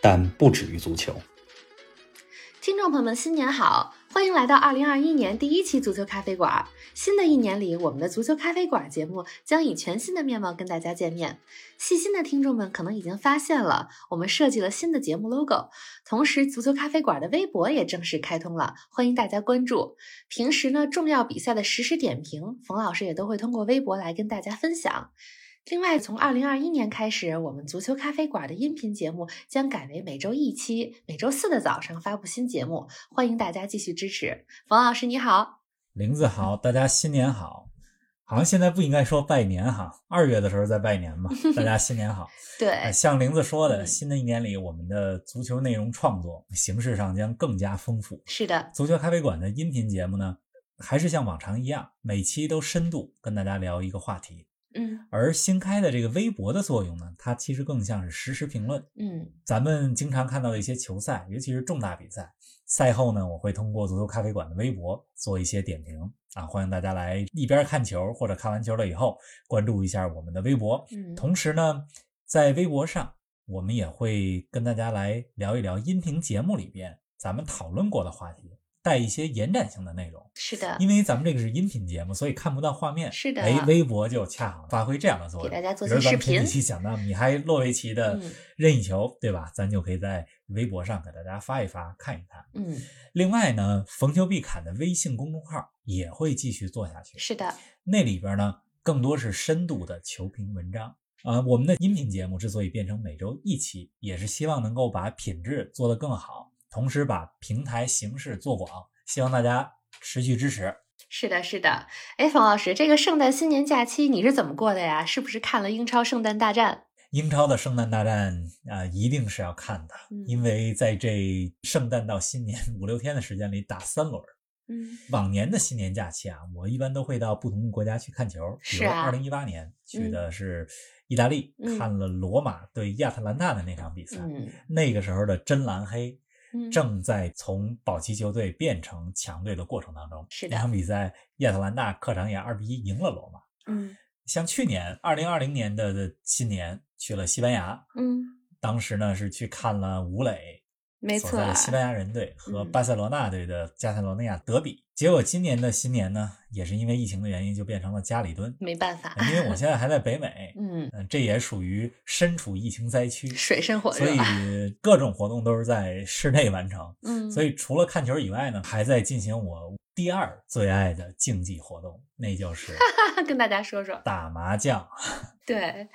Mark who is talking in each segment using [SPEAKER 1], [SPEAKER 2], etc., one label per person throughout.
[SPEAKER 1] 但不止于足球。
[SPEAKER 2] 听众朋友们，新年好！欢迎来到二零二一年第一期足球咖啡馆。新的一年里，我们的足球咖啡馆节目将以全新的面貌跟大家见面。细心的听众们可能已经发现了，我们设计了新的节目 logo，同时足球咖啡馆的微博也正式开通了，欢迎大家关注。平时呢，重要比赛的实时点评，冯老师也都会通过微博来跟大家分享。另外，从二零二一年开始，我们足球咖啡馆的音频节目将改为每周一期，每周四的早上发布新节目，欢迎大家继续支持。冯老师你好，
[SPEAKER 3] 玲子好，大家新年好。好像现在不应该说拜年哈，二月的时候再拜年吧。大家新年好。
[SPEAKER 2] 对，
[SPEAKER 3] 像玲子说的，
[SPEAKER 2] 哎嗯
[SPEAKER 3] 新的一年里，我们的足球内容创作形式上将更加丰富。
[SPEAKER 2] 是的，
[SPEAKER 3] 足球咖啡馆的音频节目呢，还是像往常一样，每期都深度跟大家聊一个话题。
[SPEAKER 2] 嗯
[SPEAKER 3] 而新开的这个微博的作用呢，它其实更像是实时评论。
[SPEAKER 2] 嗯，
[SPEAKER 3] 咱们经常看到的一些球赛，尤其是重大比赛，赛后呢，我会通过足球咖啡馆的微博做一些点评啊，欢迎大家来一边看球或者看完球了以后关注一下我们的微博。
[SPEAKER 2] 嗯
[SPEAKER 3] 同时呢，在微博上，我们也会跟大家来聊一聊音频节目里边咱们讨论过的话题，带一些延展性的内容。
[SPEAKER 2] 是的，
[SPEAKER 3] 因为咱们这个是音频节目，所以看不到画面。
[SPEAKER 2] 是的
[SPEAKER 3] 哎，微博就恰好发挥这样的作用，
[SPEAKER 2] 给大家做
[SPEAKER 3] 比如
[SPEAKER 2] 些
[SPEAKER 3] 咱
[SPEAKER 2] 视
[SPEAKER 3] 们前
[SPEAKER 2] 频
[SPEAKER 3] 几。期讲到米哈伊洛维奇的
[SPEAKER 2] 嗯
[SPEAKER 3] 任意球，对吧？咱就可以在微博上给大家发一发，看一看。
[SPEAKER 2] 嗯，
[SPEAKER 3] 另外呢，冯球必侃的微信公众号也会继续做下去，
[SPEAKER 2] 是的，
[SPEAKER 3] 那里边呢更多是深度的球评文章。啊，我们的音频节目之所以变成每周一期，也是希望能够把品质做得更好，同时把平台形式做广，希望大家持续支持。
[SPEAKER 2] 是的，是的。哎，冯老师，这个圣诞新年假期你是怎么过的呀？是不是看了英超圣诞大战？
[SPEAKER 3] 英超的圣诞大战啊、呃一定是要看的
[SPEAKER 2] 嗯，
[SPEAKER 3] 因为在这圣诞到新年五六天的时间里打三轮儿。
[SPEAKER 2] 嗯
[SPEAKER 3] 往年的新年假期啊，我一般都会到不同的国家去看球，比
[SPEAKER 2] 是
[SPEAKER 3] 如
[SPEAKER 2] 啊
[SPEAKER 3] 二零一八年去的是意大利，
[SPEAKER 2] 嗯
[SPEAKER 3] 看了罗马对亚特兰大的那场比赛。
[SPEAKER 2] 嗯
[SPEAKER 3] 那个时候的真蓝黑
[SPEAKER 2] 嗯，
[SPEAKER 3] 正在从保级球队变成强队的过程当中。
[SPEAKER 2] 是的
[SPEAKER 3] 那场比赛，亚特兰大客场也二比一赢了罗马。
[SPEAKER 2] 嗯
[SPEAKER 3] 像去年二零二零年的的新年去了西班牙，
[SPEAKER 2] 嗯，
[SPEAKER 3] 当时呢是去看了吴磊
[SPEAKER 2] 没
[SPEAKER 3] 所
[SPEAKER 2] 错
[SPEAKER 3] 在
[SPEAKER 2] 啊
[SPEAKER 3] 的，西班牙人队和
[SPEAKER 2] 嗯
[SPEAKER 3] 巴塞罗那队的加泰罗尼亚德比。结果今年的新年呢，也是因为疫情的原因，就变成了家里 蹲。
[SPEAKER 2] 没办法。，
[SPEAKER 3] 因为我现在还在北美
[SPEAKER 2] 嗯，
[SPEAKER 3] 嗯，这也属于身处疫情灾区，
[SPEAKER 2] 水深火
[SPEAKER 3] 所
[SPEAKER 2] 热。
[SPEAKER 3] 以各种活动都是在室内完成。
[SPEAKER 2] 嗯，
[SPEAKER 3] 所以除了看球以外呢，还在进行我第二最爱的竞技活动，那就是
[SPEAKER 2] 嗯跟大家说说，
[SPEAKER 3] 打麻将。
[SPEAKER 2] 对，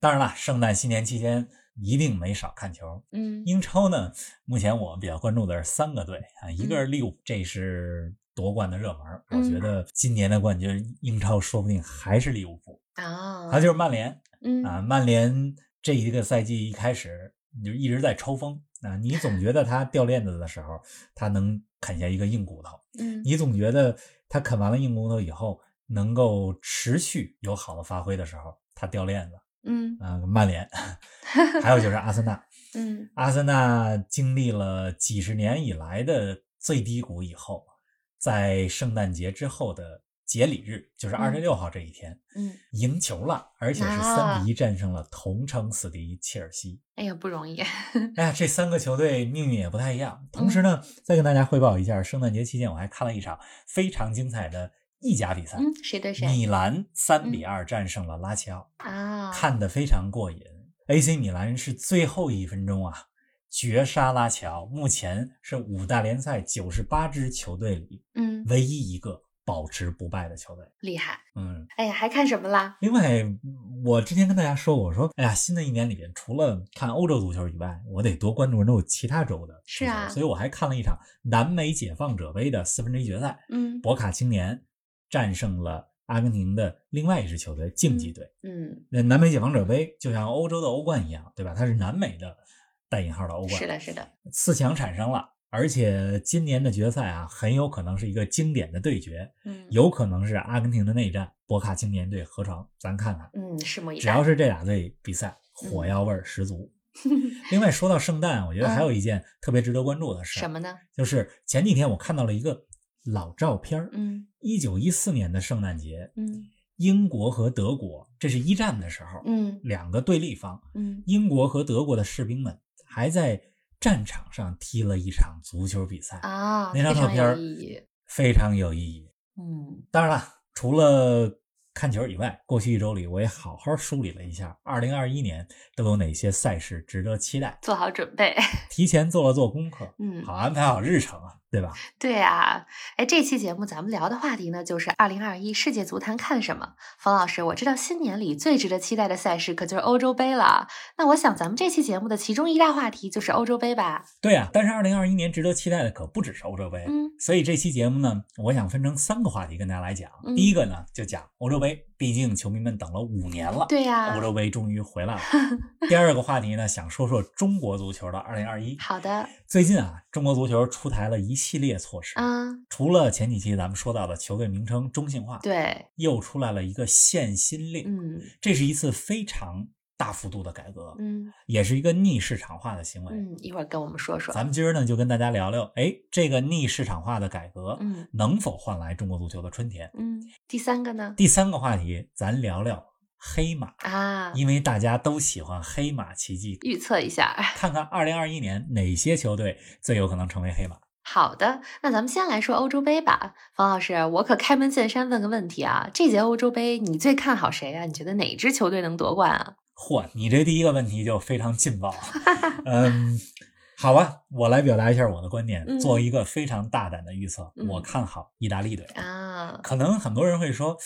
[SPEAKER 3] 当然啦，圣诞新年期间一定没少看球。
[SPEAKER 2] 嗯
[SPEAKER 3] 英超呢，目前我比较关注的是三个队啊，一个是利物浦，这是夺冠的热门。
[SPEAKER 2] 嗯
[SPEAKER 3] 我觉得今年的冠军英超说不定还是利物浦，
[SPEAKER 2] 啊，
[SPEAKER 3] 还有就是曼联
[SPEAKER 2] 嗯
[SPEAKER 3] 啊，曼联这一个赛季一开始你就一直在抽风啊，你总觉得他掉链子的时候，他能啃下一个硬骨头，
[SPEAKER 2] 嗯
[SPEAKER 3] 你总觉得他啃完了硬骨头以后，能够持续有好的发挥的时候，他掉链子
[SPEAKER 2] 嗯
[SPEAKER 3] 啊、曼联， 还有就是阿森纳，
[SPEAKER 2] 嗯
[SPEAKER 3] 阿森纳经历了几十年以来的最低谷以后，在圣诞节之后的节礼日，就是二十六号这一天，
[SPEAKER 2] 嗯，
[SPEAKER 3] 赢球了，而且是
[SPEAKER 2] 啊
[SPEAKER 3] 三比一战胜了同城死敌切尔西。
[SPEAKER 2] 哎呀，不容易，
[SPEAKER 3] 哎呀，这三个球队命运也不太一样。同
[SPEAKER 2] 嗯
[SPEAKER 3] 时呢，再跟大家汇报一下，圣诞节期间我还看了一场非常精彩的意甲比赛，
[SPEAKER 2] 嗯，谁对谁
[SPEAKER 3] 米兰三比二战胜了拉齐奥，
[SPEAKER 2] 啊？
[SPEAKER 3] 看得非常过瘾。AC 米兰是最后一分钟啊，绝杀拉齐奥，目前是五大联赛九十八支球队里
[SPEAKER 2] 嗯，
[SPEAKER 3] 唯一一个保持不败的球队。
[SPEAKER 2] 厉害，
[SPEAKER 3] 嗯，
[SPEAKER 2] 哎呀，还看什么啦？
[SPEAKER 3] 另外，嗯我之前跟大家说过，我说，哎呀，新的一年里边，除了看欧洲足球以外，我得多关注关注其他州的足球。
[SPEAKER 2] 是啊
[SPEAKER 3] 所以我还看了一场南美解放者杯的四分之一决赛，
[SPEAKER 2] 嗯
[SPEAKER 3] 博卡青年战胜了阿根廷的另外一支球队竞技队。
[SPEAKER 2] 嗯
[SPEAKER 3] 那南美解放者杯就像欧洲的欧冠一样，对吧？它是南美的带引号的欧冠。
[SPEAKER 2] 是的，是的，
[SPEAKER 3] 四强产生了，而且今年的决赛啊，很有可能是一个经典的对决，
[SPEAKER 2] 嗯，
[SPEAKER 3] 有可能是阿根廷的内战，博卡青年对河床，咱看看。
[SPEAKER 2] 嗯，拭目以待。
[SPEAKER 3] 只要是这俩队比
[SPEAKER 2] 嗯
[SPEAKER 3] 赛，火药味儿十 足。另外说到圣诞，我觉得还有一件特别值得关注的事
[SPEAKER 2] 嗯什
[SPEAKER 3] 儿，
[SPEAKER 2] 么呢？
[SPEAKER 3] 就是前几天我看到了一个老照片儿，
[SPEAKER 2] 嗯
[SPEAKER 3] 一九一四年的圣诞节，
[SPEAKER 2] 嗯
[SPEAKER 3] 英国和德国，这是一战的时候，
[SPEAKER 2] 嗯
[SPEAKER 3] 两个对立方，
[SPEAKER 2] 嗯，
[SPEAKER 3] 英国和德国的士兵们还在战场上踢了一场足球比赛，
[SPEAKER 2] 啊，
[SPEAKER 3] 那张
[SPEAKER 2] 非
[SPEAKER 3] 照
[SPEAKER 2] 常
[SPEAKER 3] 片
[SPEAKER 2] 有
[SPEAKER 3] 儿
[SPEAKER 2] 意义。
[SPEAKER 3] 非常有意义。
[SPEAKER 2] 嗯
[SPEAKER 3] 当然了，除了看球以外，过去一周里我也好好梳理了一下，二零二一年都有哪些赛事值得期待，
[SPEAKER 2] 做好准备。
[SPEAKER 3] 提前做了做功课，
[SPEAKER 2] 嗯
[SPEAKER 3] 好安排好日程啊，对吧？
[SPEAKER 2] 对啊，哎，这期节目咱们聊的话题呢，就是二零二一世界足坛看什么。冯老师，我知道新年里最值得期待的赛事可就是欧洲杯了。那我想咱们这期节目的其中一大话题就是欧洲杯吧？
[SPEAKER 3] 对啊，但是二零二一年值得期待的可不只是欧洲杯，
[SPEAKER 2] 嗯
[SPEAKER 3] 所以这期节目呢，我想分成三个话题跟大家来讲。
[SPEAKER 2] 嗯
[SPEAKER 3] 第一个呢，就讲欧洲杯，毕竟球迷们等了五年了，
[SPEAKER 2] 对啊呀
[SPEAKER 3] 欧洲杯终于 回来了。第二个话题呢，想说说中国足球的二零二一。
[SPEAKER 2] 好的，
[SPEAKER 3] 最近啊，中国足球出台了一系列措施，
[SPEAKER 2] 嗯，
[SPEAKER 3] 除了前几期咱们说到的球队名称中性化，
[SPEAKER 2] 对，
[SPEAKER 3] 又出来了一个限薪令，
[SPEAKER 2] 嗯
[SPEAKER 3] 这是一次非常大幅度的改革，
[SPEAKER 2] 嗯
[SPEAKER 3] 也是一个逆市场化的行为。
[SPEAKER 2] 嗯，一会儿跟我们说说。
[SPEAKER 3] 咱们今儿呢就跟大家聊聊，哎，这个逆市场化的改革
[SPEAKER 2] 嗯
[SPEAKER 3] 能否换来中国足球的春天？
[SPEAKER 2] 嗯，第三个呢？
[SPEAKER 3] 第三个话题，咱聊聊黑马，
[SPEAKER 2] 啊，
[SPEAKER 3] 因为大家都喜欢黑马奇迹，
[SPEAKER 2] 预测一下。
[SPEAKER 3] 看看2021年哪些球队最有可能成为黑马。
[SPEAKER 2] 好的，那咱们先来说欧洲杯吧，冯老师，我可开门见山问个问题啊，这届欧洲杯你最看好谁啊？你觉得哪支球队能夺冠啊？
[SPEAKER 3] 嚯，你这第一个问题就非 常劲爆。嗯，好吧，我来表达一下我的观点，
[SPEAKER 2] 嗯
[SPEAKER 3] 做一个非常大胆的预测，
[SPEAKER 2] 嗯
[SPEAKER 3] 我看好意大利队。
[SPEAKER 2] 啊，
[SPEAKER 3] 可能很多人会说，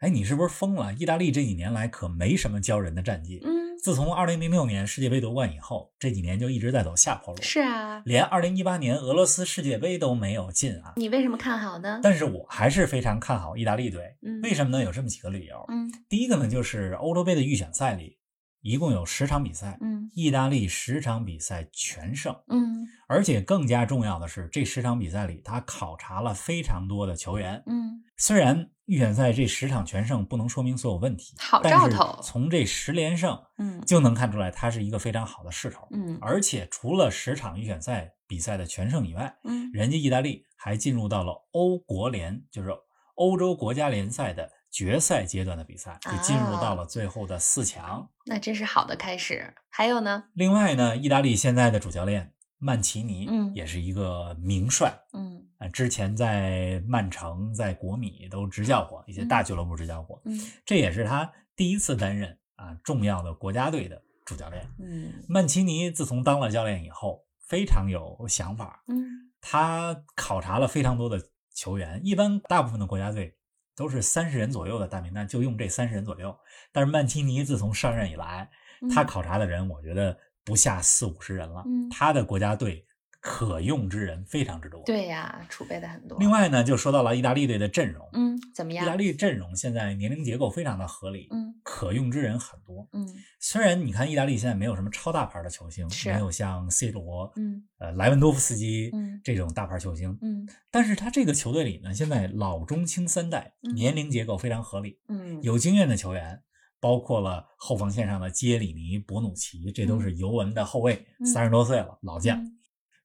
[SPEAKER 3] 哎，你是不是疯了？意大利这几年来可没什么骄人的战绩。
[SPEAKER 2] 嗯，
[SPEAKER 3] 自从2006年世界杯夺冠以后，这几年就一直在走下坡路，
[SPEAKER 2] 是啊，
[SPEAKER 3] 连2018年俄罗斯世界杯都没有进啊。
[SPEAKER 2] 你为什么看好呢？
[SPEAKER 3] 但是我还是非常看好意大利队，
[SPEAKER 2] 嗯
[SPEAKER 3] 为什么呢？有这么几个理由。
[SPEAKER 2] 嗯
[SPEAKER 3] 第一个呢，就是欧洲杯的预选赛里，一共有十场比赛，
[SPEAKER 2] 嗯
[SPEAKER 3] 意大利十场比赛全胜，
[SPEAKER 2] 嗯
[SPEAKER 3] 而且更加重要的是，这十场比赛里他考察了非常多的球员。
[SPEAKER 2] 嗯，
[SPEAKER 3] 虽然预选赛这十场全胜不能说明所有问题，
[SPEAKER 2] 好
[SPEAKER 3] 但
[SPEAKER 2] 兆
[SPEAKER 3] 是
[SPEAKER 2] 头
[SPEAKER 3] 从这十连胜
[SPEAKER 2] 嗯
[SPEAKER 3] 就能看出来，他是一个非常好的势头。
[SPEAKER 2] 嗯
[SPEAKER 3] 而且除了十场预选赛比赛的全胜以外，
[SPEAKER 2] 嗯
[SPEAKER 3] 人家意大利还进入到了欧国联，就是欧洲国家联赛的决赛阶段的比赛，也进入到了最后的四强。
[SPEAKER 2] 那真是好的开始。还有呢？
[SPEAKER 3] 另外呢，意大利现在的主教练曼奇尼，
[SPEAKER 2] 嗯
[SPEAKER 3] 也是一个名帅，
[SPEAKER 2] 嗯
[SPEAKER 3] 呃，之前在曼城、在国米都执教过一些大俱乐部执教过，
[SPEAKER 2] 嗯
[SPEAKER 3] 这也是他第一次担任啊重要的国家队的主教练。
[SPEAKER 2] 嗯
[SPEAKER 3] 曼奇尼自从当了教练以后，非常有想法，
[SPEAKER 2] 嗯
[SPEAKER 3] 他考察了非常多的球员，一般大部分的国家队都是三十人左右的大名单，就用这三十人左右。但是曼奇尼自从上任以来，
[SPEAKER 2] 嗯
[SPEAKER 3] 他考察的人，我觉得不下四五十人了。
[SPEAKER 2] 嗯
[SPEAKER 3] 他的国家队可用之人非常之多。，
[SPEAKER 2] 对呀，储备的很多。
[SPEAKER 3] 另，外呢，就说到了意大利队的阵容，
[SPEAKER 2] 嗯，怎么
[SPEAKER 3] 意大
[SPEAKER 2] 样？
[SPEAKER 3] 利阵容现在年龄结构非常的合理，
[SPEAKER 2] 嗯
[SPEAKER 3] 可用之人很多。
[SPEAKER 2] 嗯
[SPEAKER 3] 虽然你看意大利现在没有什么超大牌的球星，
[SPEAKER 2] 是
[SPEAKER 3] 没有像 C 罗、
[SPEAKER 2] 嗯
[SPEAKER 3] 呃莱万多夫斯基、
[SPEAKER 2] 嗯
[SPEAKER 3] 这种大牌球星，
[SPEAKER 2] 嗯
[SPEAKER 3] 但是他这个球队里呢，现在老中青三代，
[SPEAKER 2] 嗯
[SPEAKER 3] 年龄结构非常合理，
[SPEAKER 2] 嗯，
[SPEAKER 3] 有经验的球员，包括了后防线上的基耶里尼、博努奇，这都是尤文的后卫，
[SPEAKER 2] 嗯
[SPEAKER 3] 三十、多岁了，老将。
[SPEAKER 2] 嗯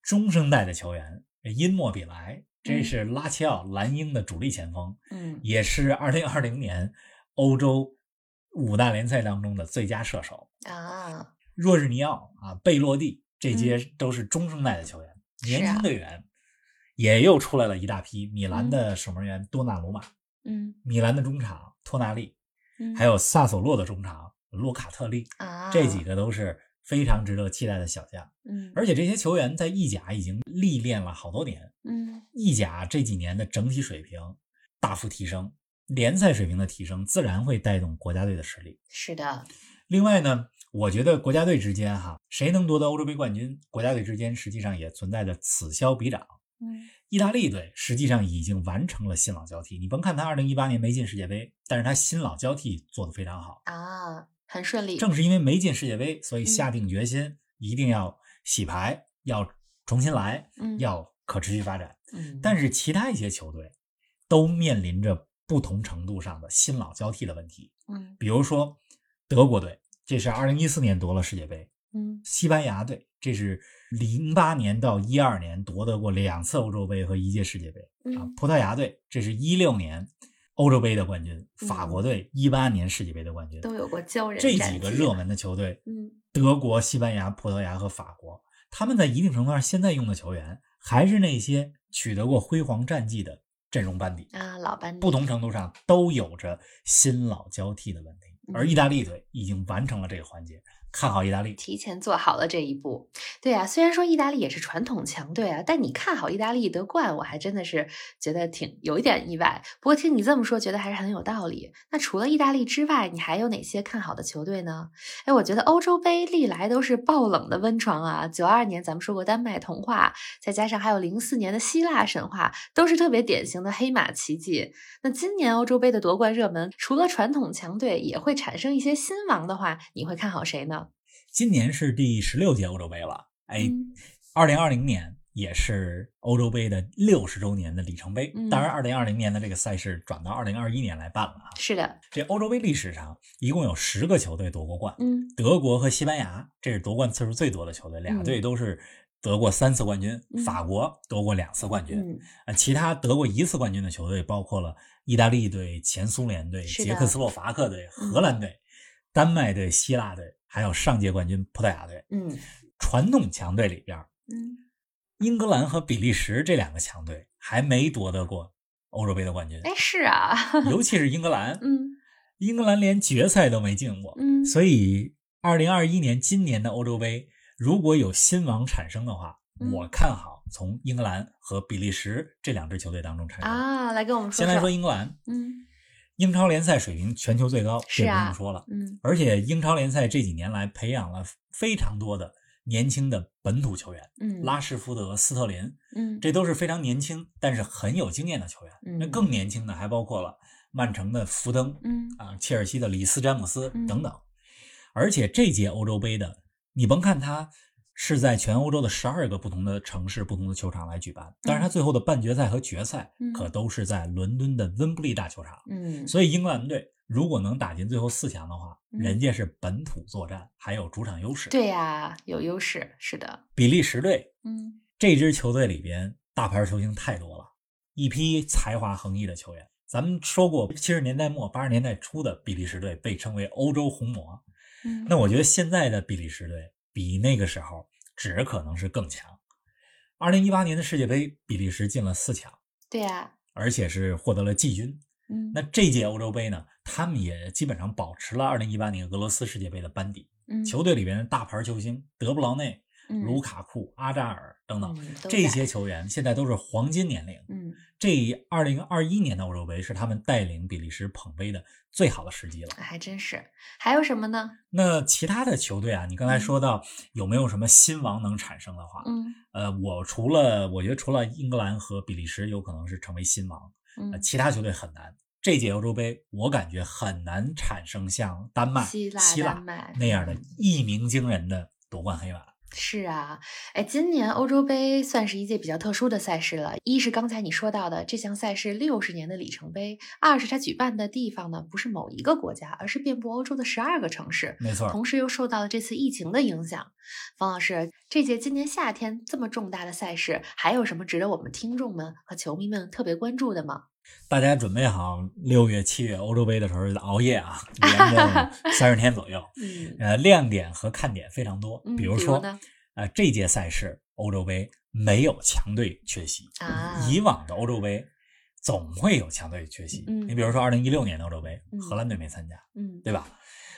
[SPEAKER 3] 中生代的球员，因莫比莱，这是拉齐奥蓝鹰的主力前锋，
[SPEAKER 2] 嗯
[SPEAKER 3] 也是二零二零年欧洲五大联赛当中的最佳射手。
[SPEAKER 2] 啊，
[SPEAKER 3] 若日尼奥啊、贝洛蒂，这些
[SPEAKER 2] 嗯
[SPEAKER 3] 都是中生代的球员，
[SPEAKER 2] 是啊
[SPEAKER 3] 年轻队员也又出来了一大批。米兰的守门员多纳鲁马，
[SPEAKER 2] 嗯
[SPEAKER 3] 米兰的中场托纳利，
[SPEAKER 2] 嗯，
[SPEAKER 3] 还有萨索洛的中场洛卡特利，
[SPEAKER 2] 啊，
[SPEAKER 3] 这几个都是非常值得期待的小将。
[SPEAKER 2] 嗯
[SPEAKER 3] 而且这些球员在意甲已经历练了好多年，
[SPEAKER 2] 嗯
[SPEAKER 3] 意甲这几年的整体水平大幅提升，联赛水平的提升自然会带动国家队的实力。
[SPEAKER 2] 是的，
[SPEAKER 3] 另外呢，我觉得国家队之间哈，谁能夺得欧洲杯冠军，国家队之间实际上也存在着此消彼长。
[SPEAKER 2] 嗯
[SPEAKER 3] 意大利队实际上已经完成了新老交替，你甭看他2018年没进世界杯，但是他新老交替做得非常好。
[SPEAKER 2] 啊，很顺利，
[SPEAKER 3] 正是因为没进世界杯，所以下定决心一定要洗牌，要重新来，
[SPEAKER 2] 嗯
[SPEAKER 3] 要可持续发展。
[SPEAKER 2] 嗯，
[SPEAKER 3] 但是其他一些球队都面临着不同程度上的新老交替的问题。
[SPEAKER 2] 嗯
[SPEAKER 3] 比如说德国队，这是二零一四年夺了世界杯；
[SPEAKER 2] 嗯
[SPEAKER 3] 西班牙队，这是零八年到一二年夺得过两次欧洲杯和一届世界杯啊；
[SPEAKER 2] 嗯
[SPEAKER 3] 葡萄牙队，这是一六年欧洲杯的冠军；
[SPEAKER 2] 嗯
[SPEAKER 3] 法国队一八年世界杯的冠军。
[SPEAKER 2] 都有过骄人
[SPEAKER 3] 这
[SPEAKER 2] 战
[SPEAKER 3] 几个
[SPEAKER 2] 绩
[SPEAKER 3] 热门的球队，
[SPEAKER 2] 嗯
[SPEAKER 3] 德国、西班牙、葡萄牙和法国，他们在一定程度上现在用的球员还是那些取得过辉煌战绩的阵容班底，
[SPEAKER 2] 啊老班
[SPEAKER 3] 不
[SPEAKER 2] 底
[SPEAKER 3] 同程度上都有着新老交替的问题。而意大
[SPEAKER 2] 嗯
[SPEAKER 3] 利队已经完成了这个环节，看好意大利。
[SPEAKER 2] 提前做好了这一步。对啊，虽然说意大利也是传统强队啊，但你看好意大利得冠，我还真的是觉得挺有一点意外。不过听你这么说，觉得还是很有道理。那除了意大利之外，你还有哪些看好的球队呢？哎，我觉得欧洲杯历来都是爆冷的温床啊。九二年咱们说过丹麦童话，再加上还有零四年的希腊神话，都是特别典型的黑马奇迹。那今年欧洲杯的夺冠热门，除了传统强队，也会产生一些新王的话，你会看好谁呢？
[SPEAKER 3] 今年是第十六届欧洲杯了，哎，
[SPEAKER 2] 嗯
[SPEAKER 3] 二零二零年也是欧洲杯的六十周年的里程碑
[SPEAKER 2] 嗯。
[SPEAKER 3] 当然，二零二零年的这个赛事转到二零二一年来办了啊。
[SPEAKER 2] 是的，
[SPEAKER 3] 这欧洲杯历史上一共有十个球队夺过冠，
[SPEAKER 2] 嗯
[SPEAKER 3] 德国和西班牙，这是夺冠次数最多的球队，俩
[SPEAKER 2] 嗯
[SPEAKER 3] 队都是得过三次冠军，
[SPEAKER 2] 嗯
[SPEAKER 3] 法国夺过两次冠军。
[SPEAKER 2] 嗯，
[SPEAKER 3] 啊，其他得过一次冠军的球队包括了意大利队、前苏联队、
[SPEAKER 2] 是的嗯
[SPEAKER 3] 捷克斯洛伐克队、荷兰队、丹麦队、希腊队，还有上届冠军葡萄牙队。
[SPEAKER 2] 嗯
[SPEAKER 3] 传统强队里边，
[SPEAKER 2] 嗯，
[SPEAKER 3] 英格兰和比利时这两个强队还没夺得过欧洲杯的冠军，
[SPEAKER 2] 哎，是啊，
[SPEAKER 3] 尤其是英格兰，
[SPEAKER 2] 嗯
[SPEAKER 3] 英格兰连决赛都没进过。
[SPEAKER 2] 嗯，
[SPEAKER 3] 所以，二零二一年今年的欧洲杯，如果有新王产生的话，
[SPEAKER 2] 嗯
[SPEAKER 3] 我看好从英格兰和比利时这两支球队当中产生。
[SPEAKER 2] 啊，来跟我们说
[SPEAKER 3] 先
[SPEAKER 2] 说，
[SPEAKER 3] 来说英格兰，
[SPEAKER 2] 嗯
[SPEAKER 3] 英超联赛水平全球最高，
[SPEAKER 2] 是
[SPEAKER 3] 这不
[SPEAKER 2] 啊
[SPEAKER 3] 用说了。
[SPEAKER 2] 嗯
[SPEAKER 3] 而且英超联赛这几年来培养了非常多的年轻的本土球员，
[SPEAKER 2] 嗯，
[SPEAKER 3] 拉什福德、斯特林，
[SPEAKER 2] 嗯
[SPEAKER 3] 这都是非常年轻但是很有经验的球员。
[SPEAKER 2] 嗯
[SPEAKER 3] 那更年轻的还包括了曼城的福登，
[SPEAKER 2] 嗯
[SPEAKER 3] 啊，切尔西的里斯詹姆斯
[SPEAKER 2] 嗯
[SPEAKER 3] 等等。而且这届欧洲杯的，你甭看它是在全欧洲的十二个不同的城市、不同的球场来举办，但是它最后的半决赛和决赛
[SPEAKER 2] 嗯
[SPEAKER 3] 可都是在伦敦的温布利大球场。
[SPEAKER 2] 嗯，
[SPEAKER 3] 所以英格兰队如果能打进最后四强的话，
[SPEAKER 2] 嗯
[SPEAKER 3] 人家是本土作战，还有主场优势。
[SPEAKER 2] 对呀、有优势，是的，
[SPEAKER 3] 比利时队
[SPEAKER 2] 嗯
[SPEAKER 3] 这支球队里边大牌球星太多了，一批才华横溢的球员。咱们说过，七十年代末八十年代初的比利时队被称为欧洲红魔。
[SPEAKER 2] 嗯，
[SPEAKER 3] 那我觉得现在的比利时队比那个时候只可能是更强。二零一八年的世界杯，比利时进了四强，
[SPEAKER 2] 对呀、
[SPEAKER 3] 而且是获得了季军。
[SPEAKER 2] 嗯
[SPEAKER 3] 那这届欧洲杯呢，他们也基本上保持了2018年俄罗斯世界杯的班底，
[SPEAKER 2] 嗯
[SPEAKER 3] 球队里边的大牌球星德布劳内、
[SPEAKER 2] 嗯
[SPEAKER 3] 卢卡库、阿扎尔等等、
[SPEAKER 2] 嗯都
[SPEAKER 3] 这
[SPEAKER 2] 在
[SPEAKER 3] 些球员，现在都是黄金年龄。
[SPEAKER 2] 嗯
[SPEAKER 3] 这2021年的欧洲杯是他们带领比利时捧杯的最好的时机了。
[SPEAKER 2] 还真是，还有什么呢？
[SPEAKER 3] 那其他的球队啊，你刚才说到有没有什么新王能产生的话，
[SPEAKER 2] 嗯
[SPEAKER 3] 呃，我除了我觉得除了英格兰和比利时有可能是成为新王，呃，
[SPEAKER 2] 嗯
[SPEAKER 3] 其他球队很难。这届欧洲杯，我感觉很难产生像丹麦、
[SPEAKER 2] 希腊
[SPEAKER 3] 希
[SPEAKER 2] 丹
[SPEAKER 3] 腊
[SPEAKER 2] 麦
[SPEAKER 3] 那样的
[SPEAKER 2] 嗯
[SPEAKER 3] 一鸣惊人的夺冠黑马。
[SPEAKER 2] 是啊，哎，今年欧洲杯算是一届比较特殊的赛事了。一是刚才你说到的这项赛事六十年的里程碑，二是它举办的地方呢不是某一个国家，而是遍布欧洲的十二个城市，
[SPEAKER 3] 没错儿，
[SPEAKER 2] 同时又受到了这次疫情的影响。方老师，这届今年夏天这么重大的赛事，还有什么值得我们听众们和球迷们特别关注的吗？
[SPEAKER 3] 大家准备好六月、七月欧洲杯的时候熬夜啊， 连着三十天左右。
[SPEAKER 2] 嗯
[SPEAKER 3] 呃，亮点和看点非常多
[SPEAKER 2] 嗯，
[SPEAKER 3] 比如
[SPEAKER 2] 比如
[SPEAKER 3] 说，
[SPEAKER 2] 呢
[SPEAKER 3] 呃，这届赛事欧洲杯没有强队缺席，
[SPEAKER 2] 啊，
[SPEAKER 3] 以往的欧洲杯总会有强队缺席。
[SPEAKER 2] 嗯
[SPEAKER 3] 你比如说，二零一六年的欧洲杯
[SPEAKER 2] 嗯，
[SPEAKER 3] 荷兰队没参加，
[SPEAKER 2] 嗯
[SPEAKER 3] 对吧？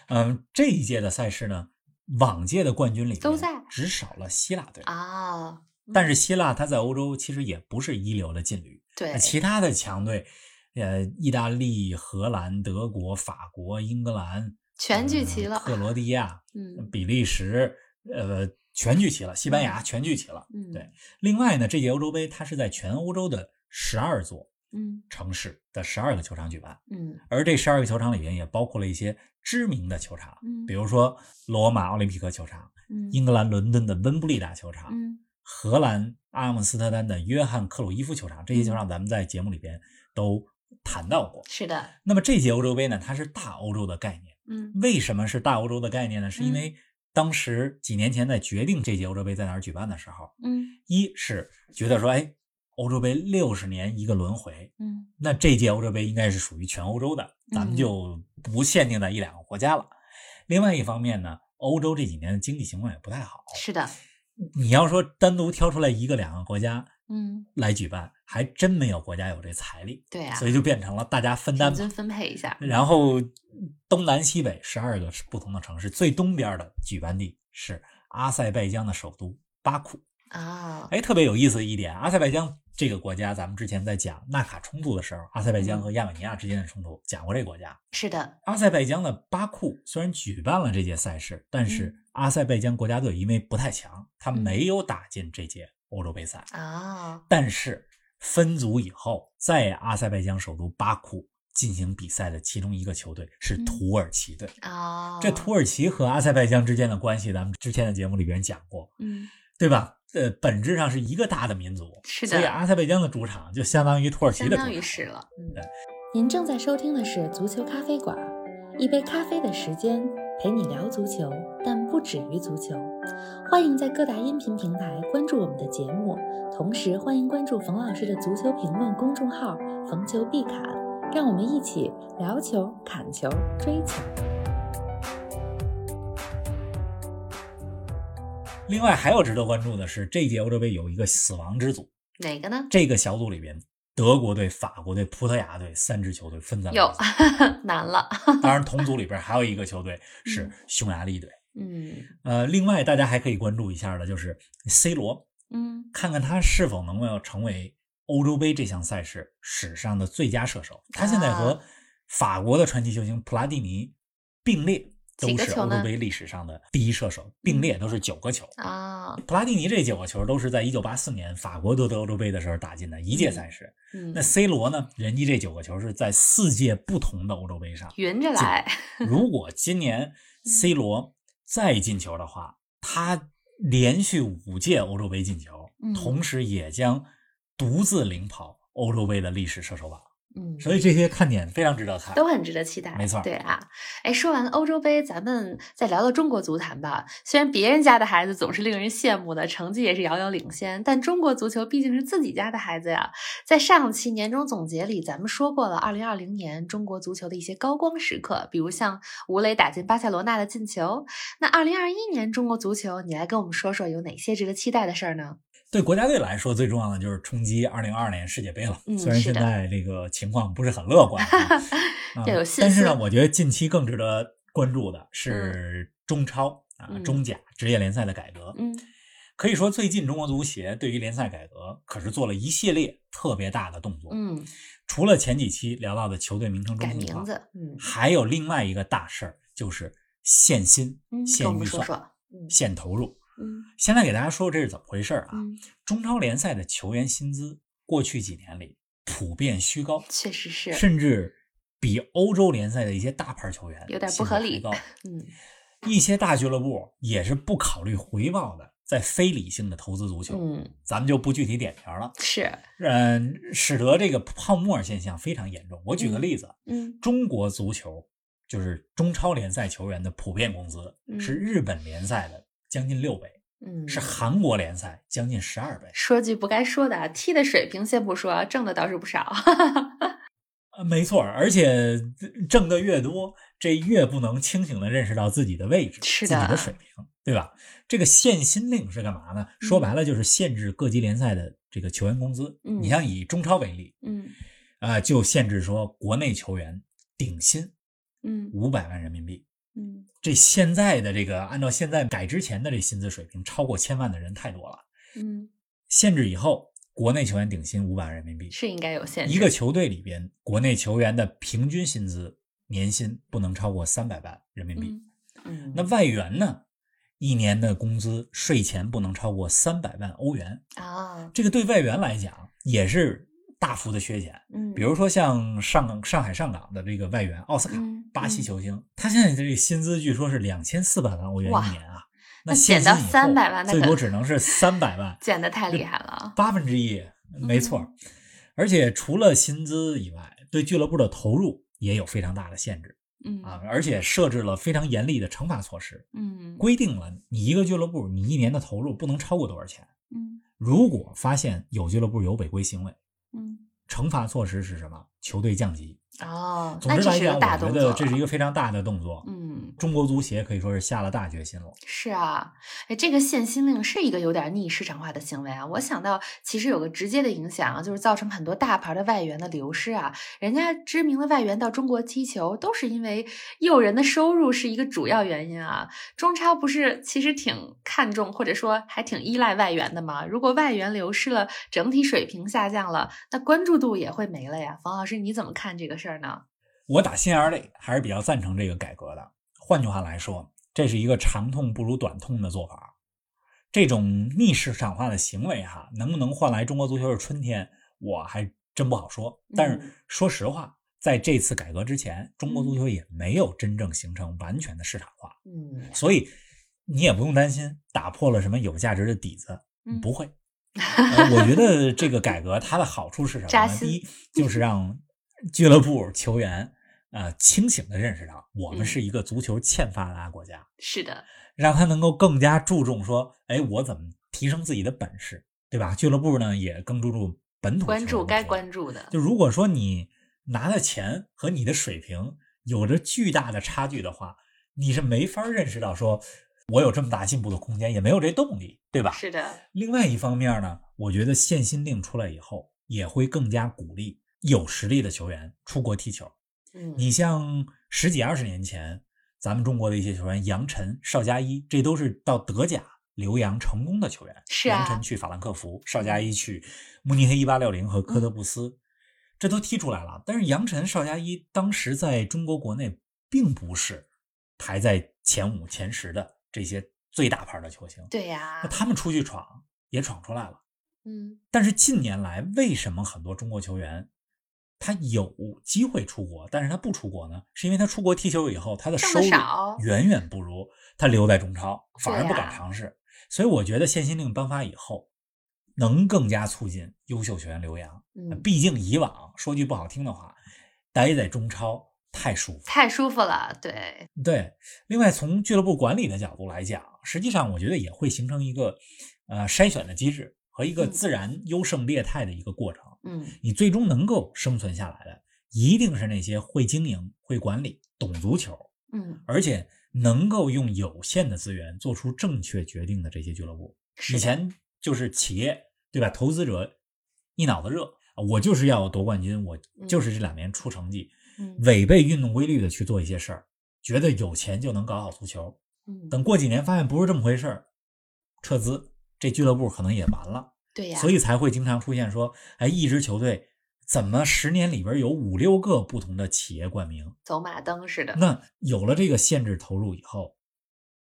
[SPEAKER 3] 嗯，这一届的赛事呢，往届的冠军里面
[SPEAKER 2] 都在
[SPEAKER 3] 只少了希腊队。
[SPEAKER 2] 啊，
[SPEAKER 3] 但是希腊它在欧洲其实也不是一流的劲旅，
[SPEAKER 2] 对
[SPEAKER 3] 那，其他的强队，呃，意大利、荷兰、德国、法国、英格兰
[SPEAKER 2] 全聚
[SPEAKER 3] 呃
[SPEAKER 2] 齐了
[SPEAKER 3] 克罗地亚、
[SPEAKER 2] 嗯
[SPEAKER 3] 比利时，呃，全聚齐了，西班牙全聚齐了。
[SPEAKER 2] 嗯
[SPEAKER 3] 对另外呢，这届欧洲杯它是在全欧洲的十二座，
[SPEAKER 2] 嗯
[SPEAKER 3] 城市的十二个球场举办，
[SPEAKER 2] 嗯
[SPEAKER 3] 而这十二个球场里面也包括了一些知名的球场，
[SPEAKER 2] 嗯
[SPEAKER 3] 比如说罗马奥林匹克球场、
[SPEAKER 2] 嗯
[SPEAKER 3] 英格兰伦敦的温布利大球场、
[SPEAKER 2] 嗯
[SPEAKER 3] 荷兰阿姆斯特丹的约翰克鲁伊夫球场，这些球场咱们在节目里边都谈到过。
[SPEAKER 2] 是的，
[SPEAKER 3] 那么这届欧洲杯呢，它是大欧洲的概念。
[SPEAKER 2] 嗯
[SPEAKER 3] 为什么是大欧洲的概念呢？是因为当时几年前在决定这届欧洲杯在哪儿举办的时候，
[SPEAKER 2] 嗯
[SPEAKER 3] 一是觉得说，哎，欧洲杯六十年一个轮回，
[SPEAKER 2] 嗯
[SPEAKER 3] 那这届欧洲杯应该是属于全欧洲的，咱们就不限定在一两个国家了。另外一方面呢，欧洲这几年的经济情况也不太好，
[SPEAKER 2] 是的，
[SPEAKER 3] 你要说单独挑出来一个两个国家
[SPEAKER 2] 嗯
[SPEAKER 3] 来举办，还真没有国家有这财力，
[SPEAKER 2] 对啊，
[SPEAKER 3] 所以就变成了大家分担
[SPEAKER 2] 平
[SPEAKER 3] 吧
[SPEAKER 2] 均。分配一下，
[SPEAKER 3] 然后东南西北十二个是不同的城市，最东边的举办地是阿塞拜疆的首都巴库。
[SPEAKER 4] 哦
[SPEAKER 2] 啊，
[SPEAKER 3] 哎，特别有意思的一点，阿塞拜疆这个国家，咱们之前在讲纳卡冲突的时候，阿塞拜疆和亚美尼亚之间的冲突讲过这个国家。
[SPEAKER 2] 是的，
[SPEAKER 3] 阿塞拜疆的巴库虽然举办了这届赛事，但是阿塞拜疆国家队因为不太强，他没有打进这届欧洲杯赛。
[SPEAKER 4] 哦
[SPEAKER 2] 啊，
[SPEAKER 3] 但是分组以后，在阿塞拜疆首都巴库进行比赛的其中一个球队是
[SPEAKER 2] 嗯
[SPEAKER 3] 土耳其队。
[SPEAKER 4] 哦
[SPEAKER 2] 啊，
[SPEAKER 3] 这土耳其和阿塞拜疆之间的关系，咱们之前的节目里边讲过，
[SPEAKER 2] 嗯
[SPEAKER 3] 对吧？呃，本质上是一个大的民族，
[SPEAKER 2] 是的
[SPEAKER 3] 所以阿塞拜疆的主场就相当于土耳其
[SPEAKER 2] 相
[SPEAKER 3] 的主
[SPEAKER 2] 当
[SPEAKER 3] 场。
[SPEAKER 2] 于是了，嗯
[SPEAKER 4] 您正在收听的是《足球咖啡馆》，一杯咖啡的时间陪你聊足球，但不止于足球。欢迎在各大音频平台关注我们的节目，同时欢迎关注冯老师的足球评论公众号“冯球必侃”，让我们一起聊球、砍球、追球。
[SPEAKER 3] 另外还有值得关注的是，这届欧洲杯有一个死亡之组，
[SPEAKER 2] 哪个呢？
[SPEAKER 3] 这个小组里边，德国队、法国队、葡萄牙队三支球队分在
[SPEAKER 2] 有
[SPEAKER 3] 了一起。
[SPEAKER 2] 难了，
[SPEAKER 3] 当 然，同组里边还有一个球队是匈牙利队。
[SPEAKER 2] 嗯
[SPEAKER 3] 呃，另外大家还可以关注一下的就是 C 罗，
[SPEAKER 2] 嗯
[SPEAKER 3] 看看他是否能够成为欧洲杯这项赛事史上的最佳射手。他现在和
[SPEAKER 2] 啊
[SPEAKER 3] 法国的传奇球星普拉蒂尼并列，都
[SPEAKER 2] 几个
[SPEAKER 3] 是
[SPEAKER 2] 球
[SPEAKER 3] 欧
[SPEAKER 2] 呢
[SPEAKER 3] 洲杯历史上的第一射手，并列都是九个球。
[SPEAKER 2] 啊，
[SPEAKER 3] 普拉蒂尼这九个球都是在1984年法国夺得欧洲杯的时候打进的一届赛事。
[SPEAKER 2] 嗯
[SPEAKER 3] 那，C 罗呢？人家这九个球是在四届不同的欧洲杯上，
[SPEAKER 2] 匀着来，
[SPEAKER 3] 如果今年
[SPEAKER 2] 嗯
[SPEAKER 3] C 罗再进球的话，他连续五届欧洲杯进球
[SPEAKER 2] 嗯，
[SPEAKER 3] 同时也将独自领跑欧洲杯的历史射手榜。
[SPEAKER 2] 嗯，
[SPEAKER 3] 所以这些看点非常值得看。
[SPEAKER 2] 都很值得期待，
[SPEAKER 3] 没错
[SPEAKER 2] 对啊，哎，说完欧洲杯，咱们再聊聊中国足坛吧。虽然别人家的孩子总是令人羡慕的，成绩也是遥遥领先，但中国足球毕竟是自己家的孩子呀。在上期年终总结里，咱们说过了，二零二零年中国足球的一些高光时刻，比如像吴磊打进巴塞罗那的进球。那二零二一年中国足球，你来跟我们说说有哪些值得期待的事儿呢？
[SPEAKER 3] 对国家队来说，最重要的就是冲击2022年世界杯了。
[SPEAKER 2] 嗯
[SPEAKER 3] 虽然现
[SPEAKER 2] 是的
[SPEAKER 3] 在这个情况不是很乐 观，啊啊
[SPEAKER 2] 要有信心
[SPEAKER 3] 但是呢，我觉得近期更值得关注的是中超啊
[SPEAKER 2] 嗯、
[SPEAKER 3] 中甲职业联赛的改革。
[SPEAKER 2] 嗯
[SPEAKER 3] 可以说，最近中国足协对于联赛改革可是做了一系列特别大的动作。，
[SPEAKER 2] 嗯，
[SPEAKER 3] 除了前几期聊到的球队名称中
[SPEAKER 2] 改
[SPEAKER 3] 心化
[SPEAKER 2] 名，字，嗯
[SPEAKER 3] 还有另外一个大事儿，就是限薪、
[SPEAKER 2] 嗯，跟我
[SPEAKER 3] 限
[SPEAKER 2] 们
[SPEAKER 3] 预
[SPEAKER 2] 说
[SPEAKER 3] 算、
[SPEAKER 2] 说，嗯
[SPEAKER 3] 限投入。
[SPEAKER 2] 嗯
[SPEAKER 3] 先来给大家说这是怎么回事儿啊？
[SPEAKER 2] 嗯，
[SPEAKER 3] 中超联赛的球员薪资过去几年里普遍虚高，
[SPEAKER 2] 确实是，
[SPEAKER 3] 甚至比欧洲联赛的一些大牌球员
[SPEAKER 2] 有点不合理
[SPEAKER 3] 薪资还高。
[SPEAKER 2] 嗯
[SPEAKER 3] 一些大俱乐部也是不考虑回报的，在非理性的投资足球。
[SPEAKER 2] 嗯。
[SPEAKER 3] 咱们就不具体点名了。
[SPEAKER 2] 是，
[SPEAKER 3] 嗯，使得这个泡沫现象非常严重。我举个例子，
[SPEAKER 2] 嗯
[SPEAKER 3] 中国足球就是中超联赛球员的普遍工资
[SPEAKER 2] 嗯
[SPEAKER 3] 是日本联赛的将近六倍，
[SPEAKER 2] 嗯，
[SPEAKER 3] 是韩国联赛将近十二倍。
[SPEAKER 2] 说句不该说的啊，踢的水平先不说，挣的倒是不少。
[SPEAKER 3] 呃没错，而且挣得越多，这越不能清醒地认识到自己的位置、
[SPEAKER 2] 是
[SPEAKER 3] 自
[SPEAKER 2] 的
[SPEAKER 3] 己的水平，对吧？这个限薪令是干嘛呢？说白了就是限制各级联赛的这个球员工资。
[SPEAKER 2] 嗯
[SPEAKER 3] 你像以中超为例，
[SPEAKER 2] 嗯
[SPEAKER 3] 啊、就限制说国内球员顶薪
[SPEAKER 2] 嗯
[SPEAKER 3] 五百万人民币。
[SPEAKER 2] 嗯
[SPEAKER 3] 这现在的这个，按照现在改之前的这薪资水平，超过千万的人太多了。
[SPEAKER 2] 嗯，
[SPEAKER 3] 限制以后，国内球员顶薪五百万人民币，
[SPEAKER 2] 是应该有限制。
[SPEAKER 3] 一个球队里边，国内球员的平均薪资年薪不能超过三百万人民币。
[SPEAKER 2] 嗯嗯，
[SPEAKER 3] 那外援呢，一年的工资税前不能超过三百万欧元。
[SPEAKER 2] 啊，
[SPEAKER 3] 这个对外援来讲也是大幅的削减。
[SPEAKER 2] 嗯，
[SPEAKER 3] 比如说像上港上海上港的这个外援奥斯卡，
[SPEAKER 2] 嗯
[SPEAKER 3] 巴
[SPEAKER 2] 嗯
[SPEAKER 3] 西球星，他现在这个薪资据说是两千四百万欧元
[SPEAKER 2] 哇
[SPEAKER 3] 一年啊，
[SPEAKER 2] 那
[SPEAKER 3] 现
[SPEAKER 2] 减到
[SPEAKER 3] 金以后
[SPEAKER 2] 300万那
[SPEAKER 3] 最
[SPEAKER 2] 可
[SPEAKER 3] 多只能是三百万，
[SPEAKER 2] 减的太厉害了。
[SPEAKER 3] 八分之一，没错
[SPEAKER 2] 嗯
[SPEAKER 3] 儿。而且除了薪资以外，对俱乐部的投入也有非常大的限制
[SPEAKER 2] 嗯
[SPEAKER 3] 啊，而且设置了非常严厉的惩罚措施，
[SPEAKER 2] 嗯
[SPEAKER 3] 规定了你一个俱乐部你一年的投入不能超过多少钱。
[SPEAKER 2] 嗯
[SPEAKER 3] 如果发现有俱乐部有违规行为，
[SPEAKER 2] 嗯，
[SPEAKER 3] 惩罚措施是什么？球队降级。
[SPEAKER 2] 哦，
[SPEAKER 3] 总
[SPEAKER 2] 那
[SPEAKER 3] 之
[SPEAKER 2] 这
[SPEAKER 3] 来
[SPEAKER 2] 是一
[SPEAKER 3] 讲，
[SPEAKER 2] 个大
[SPEAKER 3] 我
[SPEAKER 2] 动
[SPEAKER 3] 觉
[SPEAKER 2] 作
[SPEAKER 3] 得
[SPEAKER 2] 了。
[SPEAKER 3] 这是一个非常大的动作。
[SPEAKER 2] 嗯，
[SPEAKER 3] 中国足协可以说是下了大决心了。
[SPEAKER 2] 是啊，哎，这个限薪令是一个有点逆市场化的行为啊。我想到，其实有个直接的影响啊，就是造成很多大牌的外援的流失啊。人家知名的外援到中国踢球，都是因为诱人的收入是一个主要原因啊。中超不是其实挺看重，或者说还挺依赖外援的嘛。如果外援流失了，整体水平下降了，那关注度也会没了呀。冯老师，你怎么看这个事儿呢？
[SPEAKER 3] 嗯我打心眼儿里还是比较赞成这个改革的。换句话来说，这是一个长痛不如短痛的做法。这种逆市场化的行为，哈，能不能换来中国足球的春天，我还真不好说。但
[SPEAKER 2] 嗯
[SPEAKER 3] 是说实话，在这次改革之前，中国足球也没有真正形成完全的市场化，
[SPEAKER 2] 嗯
[SPEAKER 3] 所以你也不用担心打破了什么有价值的底子，
[SPEAKER 2] 嗯
[SPEAKER 3] 不会。呃我觉得这个改革它的好处是什么
[SPEAKER 2] 扎
[SPEAKER 3] 呢？
[SPEAKER 2] 心
[SPEAKER 3] 第一，就是让俱乐部球员啊、呃清醒的认识到，我们
[SPEAKER 2] 嗯
[SPEAKER 3] 是一个足球欠发达国家，
[SPEAKER 2] 是的，
[SPEAKER 3] 让他能够更加注重说，哎，我怎么提升自己的本事，对吧？俱乐部呢也更注重本土
[SPEAKER 2] 关
[SPEAKER 3] 球
[SPEAKER 2] 注
[SPEAKER 3] 员
[SPEAKER 2] 该
[SPEAKER 3] 的培养
[SPEAKER 2] 关注的。
[SPEAKER 3] 就如果说你拿的钱和你的水平有着巨大的差距的话，你是没法认识到说我有这么大进步的空间，也没有这动力，对吧？
[SPEAKER 2] 是的，
[SPEAKER 3] 另外一方面呢，我觉得限薪令出来以后，也会更加鼓励有实力的球员出国踢球。
[SPEAKER 2] 嗯，
[SPEAKER 3] 你像十几二十年前，咱们中国的一些球员，杨晨、邵佳一，这都是到德甲留洋成功的球员。
[SPEAKER 2] 是啊嗯
[SPEAKER 3] 杨晨去法兰克福，邵佳一去慕尼黑一八六零和科特布斯，这都踢出来了。但是杨晨、邵佳一当时在中国国内并不是排在前五、前十的这些最大牌的球星。
[SPEAKER 2] 对啊呀、
[SPEAKER 3] 那他们出去闯也闯出来了。
[SPEAKER 2] 嗯
[SPEAKER 3] 但是近年来，为什么很多中国球员他有机会出国，但是他不出国呢？是因为他出国踢球以后，他的收
[SPEAKER 2] 挣得少
[SPEAKER 3] 入远远不如他留在中超，反而
[SPEAKER 2] 对呀
[SPEAKER 3] 不敢尝试。所以我觉得限薪令颁发以后，能更加促进优秀球员留洋。
[SPEAKER 2] 嗯，
[SPEAKER 3] 毕竟以往说句不好听的话，待在中超太舒服了。
[SPEAKER 2] 太舒服了，对，
[SPEAKER 3] 对，另外从俱乐部管理的角度来讲，实际上我觉得也会形成一个呃筛选的机制和一个
[SPEAKER 2] 嗯
[SPEAKER 3] 自然优胜劣汰的一个过程。
[SPEAKER 2] 嗯
[SPEAKER 3] 你最终能够生存下来的，一定是那些会经营、会管理、懂足球，
[SPEAKER 2] 嗯，
[SPEAKER 3] 而且能够用有限的资源做出正确决定的这些俱乐部。
[SPEAKER 2] 是
[SPEAKER 3] 以
[SPEAKER 2] 的
[SPEAKER 3] 前就是企业对吧？投资者一脑子热，啊我就是要夺冠军，我就是这两年出成绩。
[SPEAKER 2] 嗯
[SPEAKER 3] 违背运动规律的去做一些事儿，觉得有钱就能搞好足球。
[SPEAKER 2] 嗯，
[SPEAKER 3] 等过几年发现不是这么回事儿，撤资，这俱乐部可能也完了。
[SPEAKER 2] 对呀、
[SPEAKER 3] 所以才会经常出现说，哎，一支球队怎么十年里边有五六个不同的企业冠名？
[SPEAKER 2] 走马灯似的，
[SPEAKER 3] 那有了这个限制投入以后，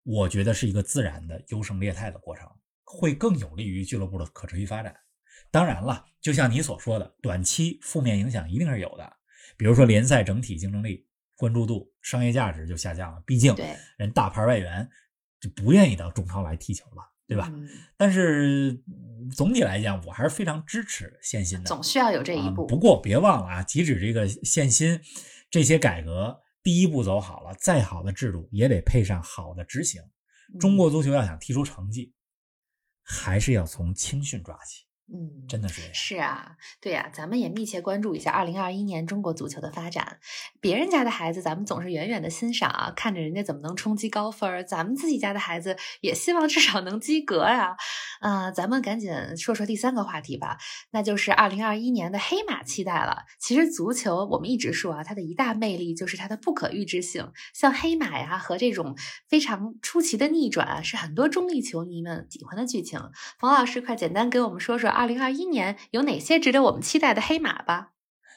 [SPEAKER 3] 我觉得是一个自然的优胜劣汰的过程，会更有利于俱乐部的可持续发展。当然了，就像你所说的，短期负面影响一定是有的，比如说联赛整体竞争力、关注度、商业价值就下降了，毕竟
[SPEAKER 2] 对
[SPEAKER 3] 人大牌外援就不愿意到中超来踢球了，对吧？
[SPEAKER 2] 嗯
[SPEAKER 3] 但是嗯总体来讲，我还是非常支持限薪的。
[SPEAKER 2] 总需要有这一
[SPEAKER 3] 啊
[SPEAKER 2] 步。
[SPEAKER 3] 不过别忘了啊，即使这个限薪这些改革第一步走好了，再好的制度也得配上好的执行。
[SPEAKER 2] 嗯
[SPEAKER 3] 中国足球要想踢出成绩，还是要从青训抓起，
[SPEAKER 2] 嗯，嗯
[SPEAKER 3] 真的是这样。
[SPEAKER 2] 是啊，对呀、咱们也密切关注一下二零二一年中国足球的发展。别人家的孩子，咱们总是远远的欣赏啊，看着人家怎么能冲击高分儿，咱们自己家的孩子也希望至少能及格呀、啊。呃，咱们赶紧说说第三个话题吧，那就是二零二一年的黑马期待了。其实足球我们一直说啊，它的一大魅力就是它的不可预知性，像黑马呀和这种非常出奇的逆转啊，是很多中立球迷们喜欢的剧情。冯老师，快简单给我们说说二零二一年有哪些值得我们期待的黑马吧？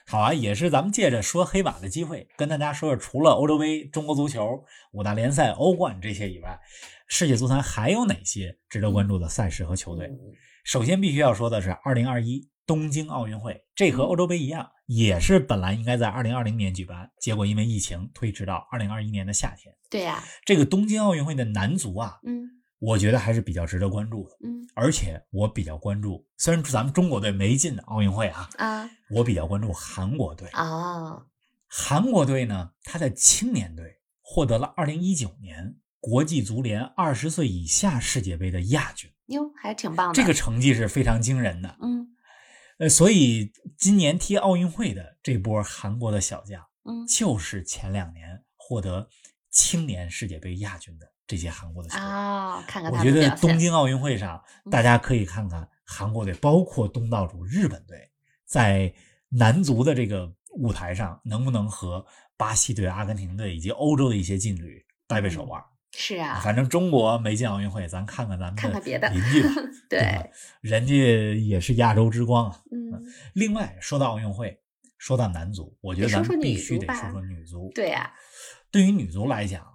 [SPEAKER 3] 好啊，也是咱们借着说黑马的机会，跟大家说说，除了欧洲杯、中国足球、五大联赛、欧冠这些以外，世界足坛还有哪些值得关注的赛事和球队？首先必须要说的是，二零二一东京奥运会，这和欧洲杯一样，也是本来应该在二零二零年举办，结果因为疫情推迟到二零二一年的夏天。
[SPEAKER 2] 对呀、
[SPEAKER 3] 这个东京奥运会的男足啊，
[SPEAKER 2] 嗯
[SPEAKER 3] 我觉得还是比较值得关注的，
[SPEAKER 2] 嗯
[SPEAKER 3] 而且我比较关注，虽然咱们中国队没进奥运会啊，
[SPEAKER 2] 啊
[SPEAKER 3] 我比较关注韩国队。
[SPEAKER 2] 哦，
[SPEAKER 3] 韩国队呢，他在青年队获得了二零一九年国际足联二十岁以下世界杯的亚军，
[SPEAKER 2] 哟，还挺棒的。
[SPEAKER 3] 这个成绩是非常惊人的。
[SPEAKER 2] 嗯
[SPEAKER 3] 呃，所以今年踢奥运会的这波韩国的小将，
[SPEAKER 2] 嗯
[SPEAKER 3] 就是前两年获得青年世界杯亚军的这些韩国的球员。
[SPEAKER 2] 啊，看看
[SPEAKER 3] 我
[SPEAKER 2] 他
[SPEAKER 3] 觉
[SPEAKER 2] 们的
[SPEAKER 3] 得
[SPEAKER 2] 表
[SPEAKER 3] 东
[SPEAKER 2] 现。嗯
[SPEAKER 3] 京奥运会上，大家可以看看韩国队，包括东道主日本队，在男足的这个舞台上，能不能和巴西队、阿根廷队以及欧洲的一些劲旅掰掰手腕儿？
[SPEAKER 2] 是嗯啊，
[SPEAKER 3] 反正中国没进奥运会，咱看看咱
[SPEAKER 2] 看看
[SPEAKER 3] 们
[SPEAKER 2] 别的
[SPEAKER 3] 的邻 居吧，吧
[SPEAKER 2] 对，？
[SPEAKER 3] 人家也是亚洲之光啊。
[SPEAKER 2] 嗯，
[SPEAKER 3] 另外，说到奥运会，说到男足，我觉得
[SPEAKER 2] 得说
[SPEAKER 3] 咱
[SPEAKER 2] 说
[SPEAKER 3] 们
[SPEAKER 2] 女
[SPEAKER 3] 必
[SPEAKER 2] 足
[SPEAKER 3] 须得
[SPEAKER 2] 吧
[SPEAKER 3] 说说女足。
[SPEAKER 2] 对呀
[SPEAKER 3] 对于女足来讲，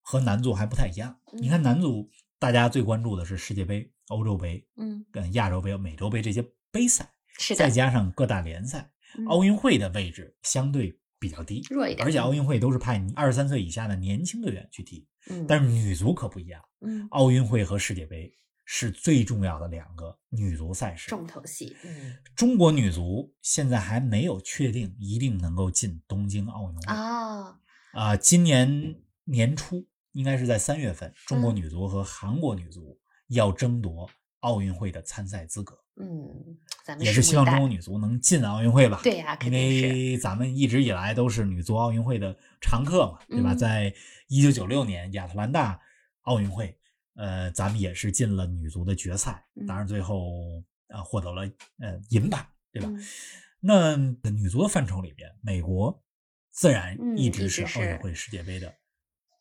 [SPEAKER 3] 和男足还不太一样。
[SPEAKER 2] 嗯
[SPEAKER 3] 你看男足，大家最关注的是世界杯、欧洲杯、
[SPEAKER 2] 嗯，
[SPEAKER 3] 跟亚洲杯、美洲杯这些杯赛，
[SPEAKER 2] 是的
[SPEAKER 3] 再，加上各大联赛，
[SPEAKER 2] 嗯
[SPEAKER 3] 奥运会的位置相对比较低，
[SPEAKER 2] 弱一点，
[SPEAKER 3] 而且奥运会都是派二十三岁以下的年轻队员去踢。
[SPEAKER 2] 嗯，
[SPEAKER 3] 但是女足可不一样，
[SPEAKER 2] 嗯
[SPEAKER 3] 奥运会和世界杯是最重要的两个女足赛事。
[SPEAKER 2] 重头戏，嗯
[SPEAKER 3] 中国女足现在还没有确定一定能够进东京奥运会啊、
[SPEAKER 2] 哦，
[SPEAKER 3] 今年年初应该是在三月份，中国
[SPEAKER 2] 嗯
[SPEAKER 3] 女足和韩国女足要争夺奥运会的参赛资格，
[SPEAKER 2] 嗯，咱们
[SPEAKER 3] 也
[SPEAKER 2] 拭
[SPEAKER 3] 是
[SPEAKER 2] 目
[SPEAKER 3] 希
[SPEAKER 2] 以
[SPEAKER 3] 望
[SPEAKER 2] 待
[SPEAKER 3] 中国女足能进奥运会吧。
[SPEAKER 2] 对呀，肯
[SPEAKER 3] 因
[SPEAKER 2] 定是，
[SPEAKER 3] 为咱们一直以来都是女足奥运会的常客嘛，对吧？
[SPEAKER 2] 嗯
[SPEAKER 3] 在一九九六年亚特兰大奥运会，呃，咱们也是进了女足的决赛，
[SPEAKER 2] 嗯
[SPEAKER 3] 当然最后呃获得了呃银牌，对吧？
[SPEAKER 2] 嗯
[SPEAKER 3] 那女足的范畴里边，美国自然
[SPEAKER 2] 嗯
[SPEAKER 3] 一
[SPEAKER 2] 一
[SPEAKER 3] 直
[SPEAKER 2] 直
[SPEAKER 3] 是奥运
[SPEAKER 2] 是
[SPEAKER 3] 会、世界杯的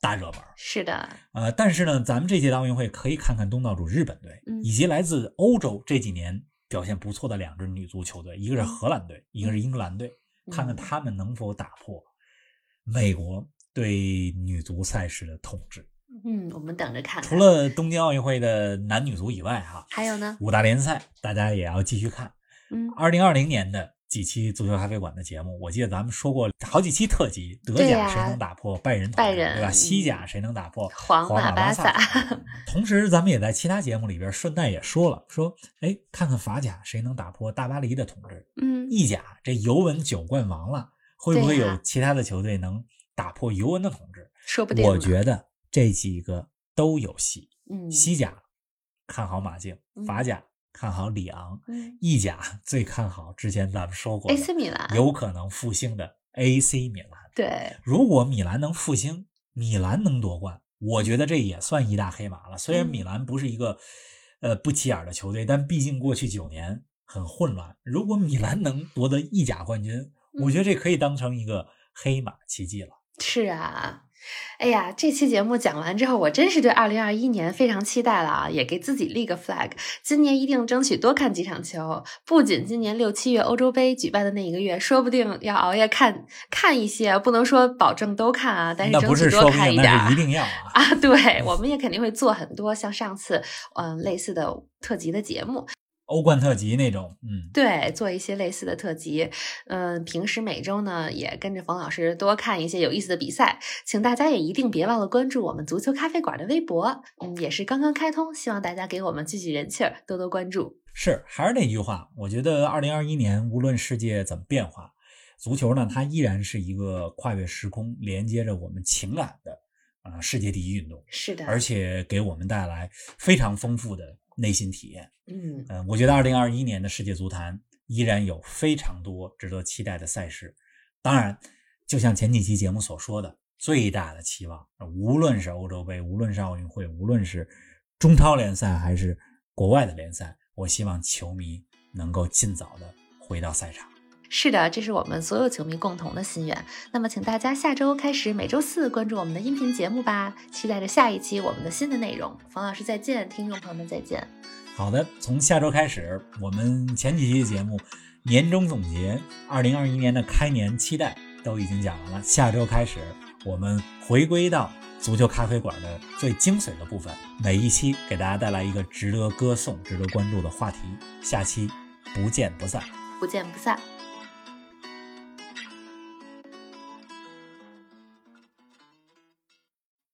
[SPEAKER 3] 大热门儿。
[SPEAKER 2] 是的，
[SPEAKER 3] 呃，但是呢，咱们这届的奥运会可以看看东道主日本队，
[SPEAKER 2] 嗯
[SPEAKER 3] 以及来自欧洲这几年表现不错的两支女足球队，一个是荷兰队，一个是英格兰队，看
[SPEAKER 2] 嗯
[SPEAKER 3] 看他们能否打破美国对女足赛事的统治。
[SPEAKER 2] 嗯，我们等着看看。
[SPEAKER 3] 除了东京奥运会的男女足以外，哈，
[SPEAKER 2] 还有呢，
[SPEAKER 3] 五大联赛大家也要继续看。
[SPEAKER 2] 嗯，
[SPEAKER 3] 二零二零年的几期足球咖啡馆的节目，我记得咱们说过好几期特辑，德
[SPEAKER 2] 对
[SPEAKER 3] 甲
[SPEAKER 2] 呀
[SPEAKER 3] 谁能打破拜仁同
[SPEAKER 2] 拜
[SPEAKER 3] 盟，对吧？
[SPEAKER 2] 仁嗯
[SPEAKER 3] 西甲谁能打破
[SPEAKER 2] 皇
[SPEAKER 3] 马
[SPEAKER 2] 马巴
[SPEAKER 3] 萨
[SPEAKER 2] 萨
[SPEAKER 3] 同盟？同时，咱们也在其他节目里边顺带也说了，说哎，看看法甲谁能打破大巴黎的统治，
[SPEAKER 2] 嗯，
[SPEAKER 3] 意甲这尤文九冠王了，会不会
[SPEAKER 2] 对呀
[SPEAKER 3] 有其他的球队能打破尤文的统治？
[SPEAKER 2] 说不定呢，
[SPEAKER 3] 我觉得这几个都有戏。
[SPEAKER 2] 嗯，
[SPEAKER 3] 西甲看好马竞，
[SPEAKER 2] 嗯
[SPEAKER 3] 法甲看好里昂，
[SPEAKER 2] 嗯
[SPEAKER 3] 意甲最看好之前咱们说过
[SPEAKER 2] ，AC
[SPEAKER 3] 的，
[SPEAKER 2] 米兰，
[SPEAKER 3] 有可能复兴的 AC 米兰。
[SPEAKER 2] 对，
[SPEAKER 3] 如果米兰能复兴，米兰能夺冠，我觉得这也算一大黑马了。虽然
[SPEAKER 2] 嗯
[SPEAKER 3] 米兰不是一个呃不起眼的球队，但毕竟过去九年很混乱。如果米兰能夺得意甲冠军，我
[SPEAKER 2] 嗯
[SPEAKER 3] 觉得这可以当成一个黑马奇迹了。
[SPEAKER 2] 是啊。哎呀，这期节目讲完之后，我真是对二零二一年非常期待了啊！也给自己立个 flag，今年一定争取多看几场球。不仅今年六七月欧洲杯举办的那一个月，说不定要熬夜看看一些，不能说保证都看啊，但是
[SPEAKER 3] 那
[SPEAKER 2] 争
[SPEAKER 3] 不是
[SPEAKER 2] 取
[SPEAKER 3] 说
[SPEAKER 2] 多
[SPEAKER 3] 不
[SPEAKER 2] 看
[SPEAKER 3] 定，
[SPEAKER 2] 点
[SPEAKER 3] 那
[SPEAKER 2] 儿
[SPEAKER 3] 是一。定要啊！
[SPEAKER 2] 啊， 对，我们也肯定会做很多像上次嗯、呃类似的特辑的节目，
[SPEAKER 3] 欧冠特级那种，嗯，
[SPEAKER 2] 对，做一些类似的特辑。嗯、平时每周呢也跟着冯老师多看一些有意思的比赛，请大家也一定别忘了关注我们足球咖啡馆的微博，嗯，也是刚刚开通，希望大家给我们聚聚人气儿，多多关注。
[SPEAKER 3] 是，还是那句话，我觉得二零二一年无论世界怎么变化，足球呢，它依然是一个跨越时空、连接着我们情感的啊、呃世界第一运动，
[SPEAKER 2] 是的，
[SPEAKER 3] 而且给我们带来非常丰富的内心体验。
[SPEAKER 2] 嗯，
[SPEAKER 3] 嗯、我觉得二零二一年的世界足坛依然有非常多值得期待的赛事。当然，就像前几期节目所说的，最大的期望，呃无论是欧洲杯，无论是奥运会，无论是中超联赛还是国外的联赛，我希望球迷能够尽早的回到赛场。
[SPEAKER 2] 是的，这是我们所有球迷共同的心愿。那么，请大家下周开始每周四关注我们的音频节目吧，期待着下一期我们的新的内容。冯老师再见，听众朋友们再见。
[SPEAKER 3] 好的，从下周开始，我们前几期的节目年终总结、二零二一年的开年期待都已经讲完了。下周开始，我们回归到足球咖啡馆的最精髓的部分，每一期给大家带来一个值得歌颂、值得关注的话题。下期不见不散。
[SPEAKER 2] 不见不散。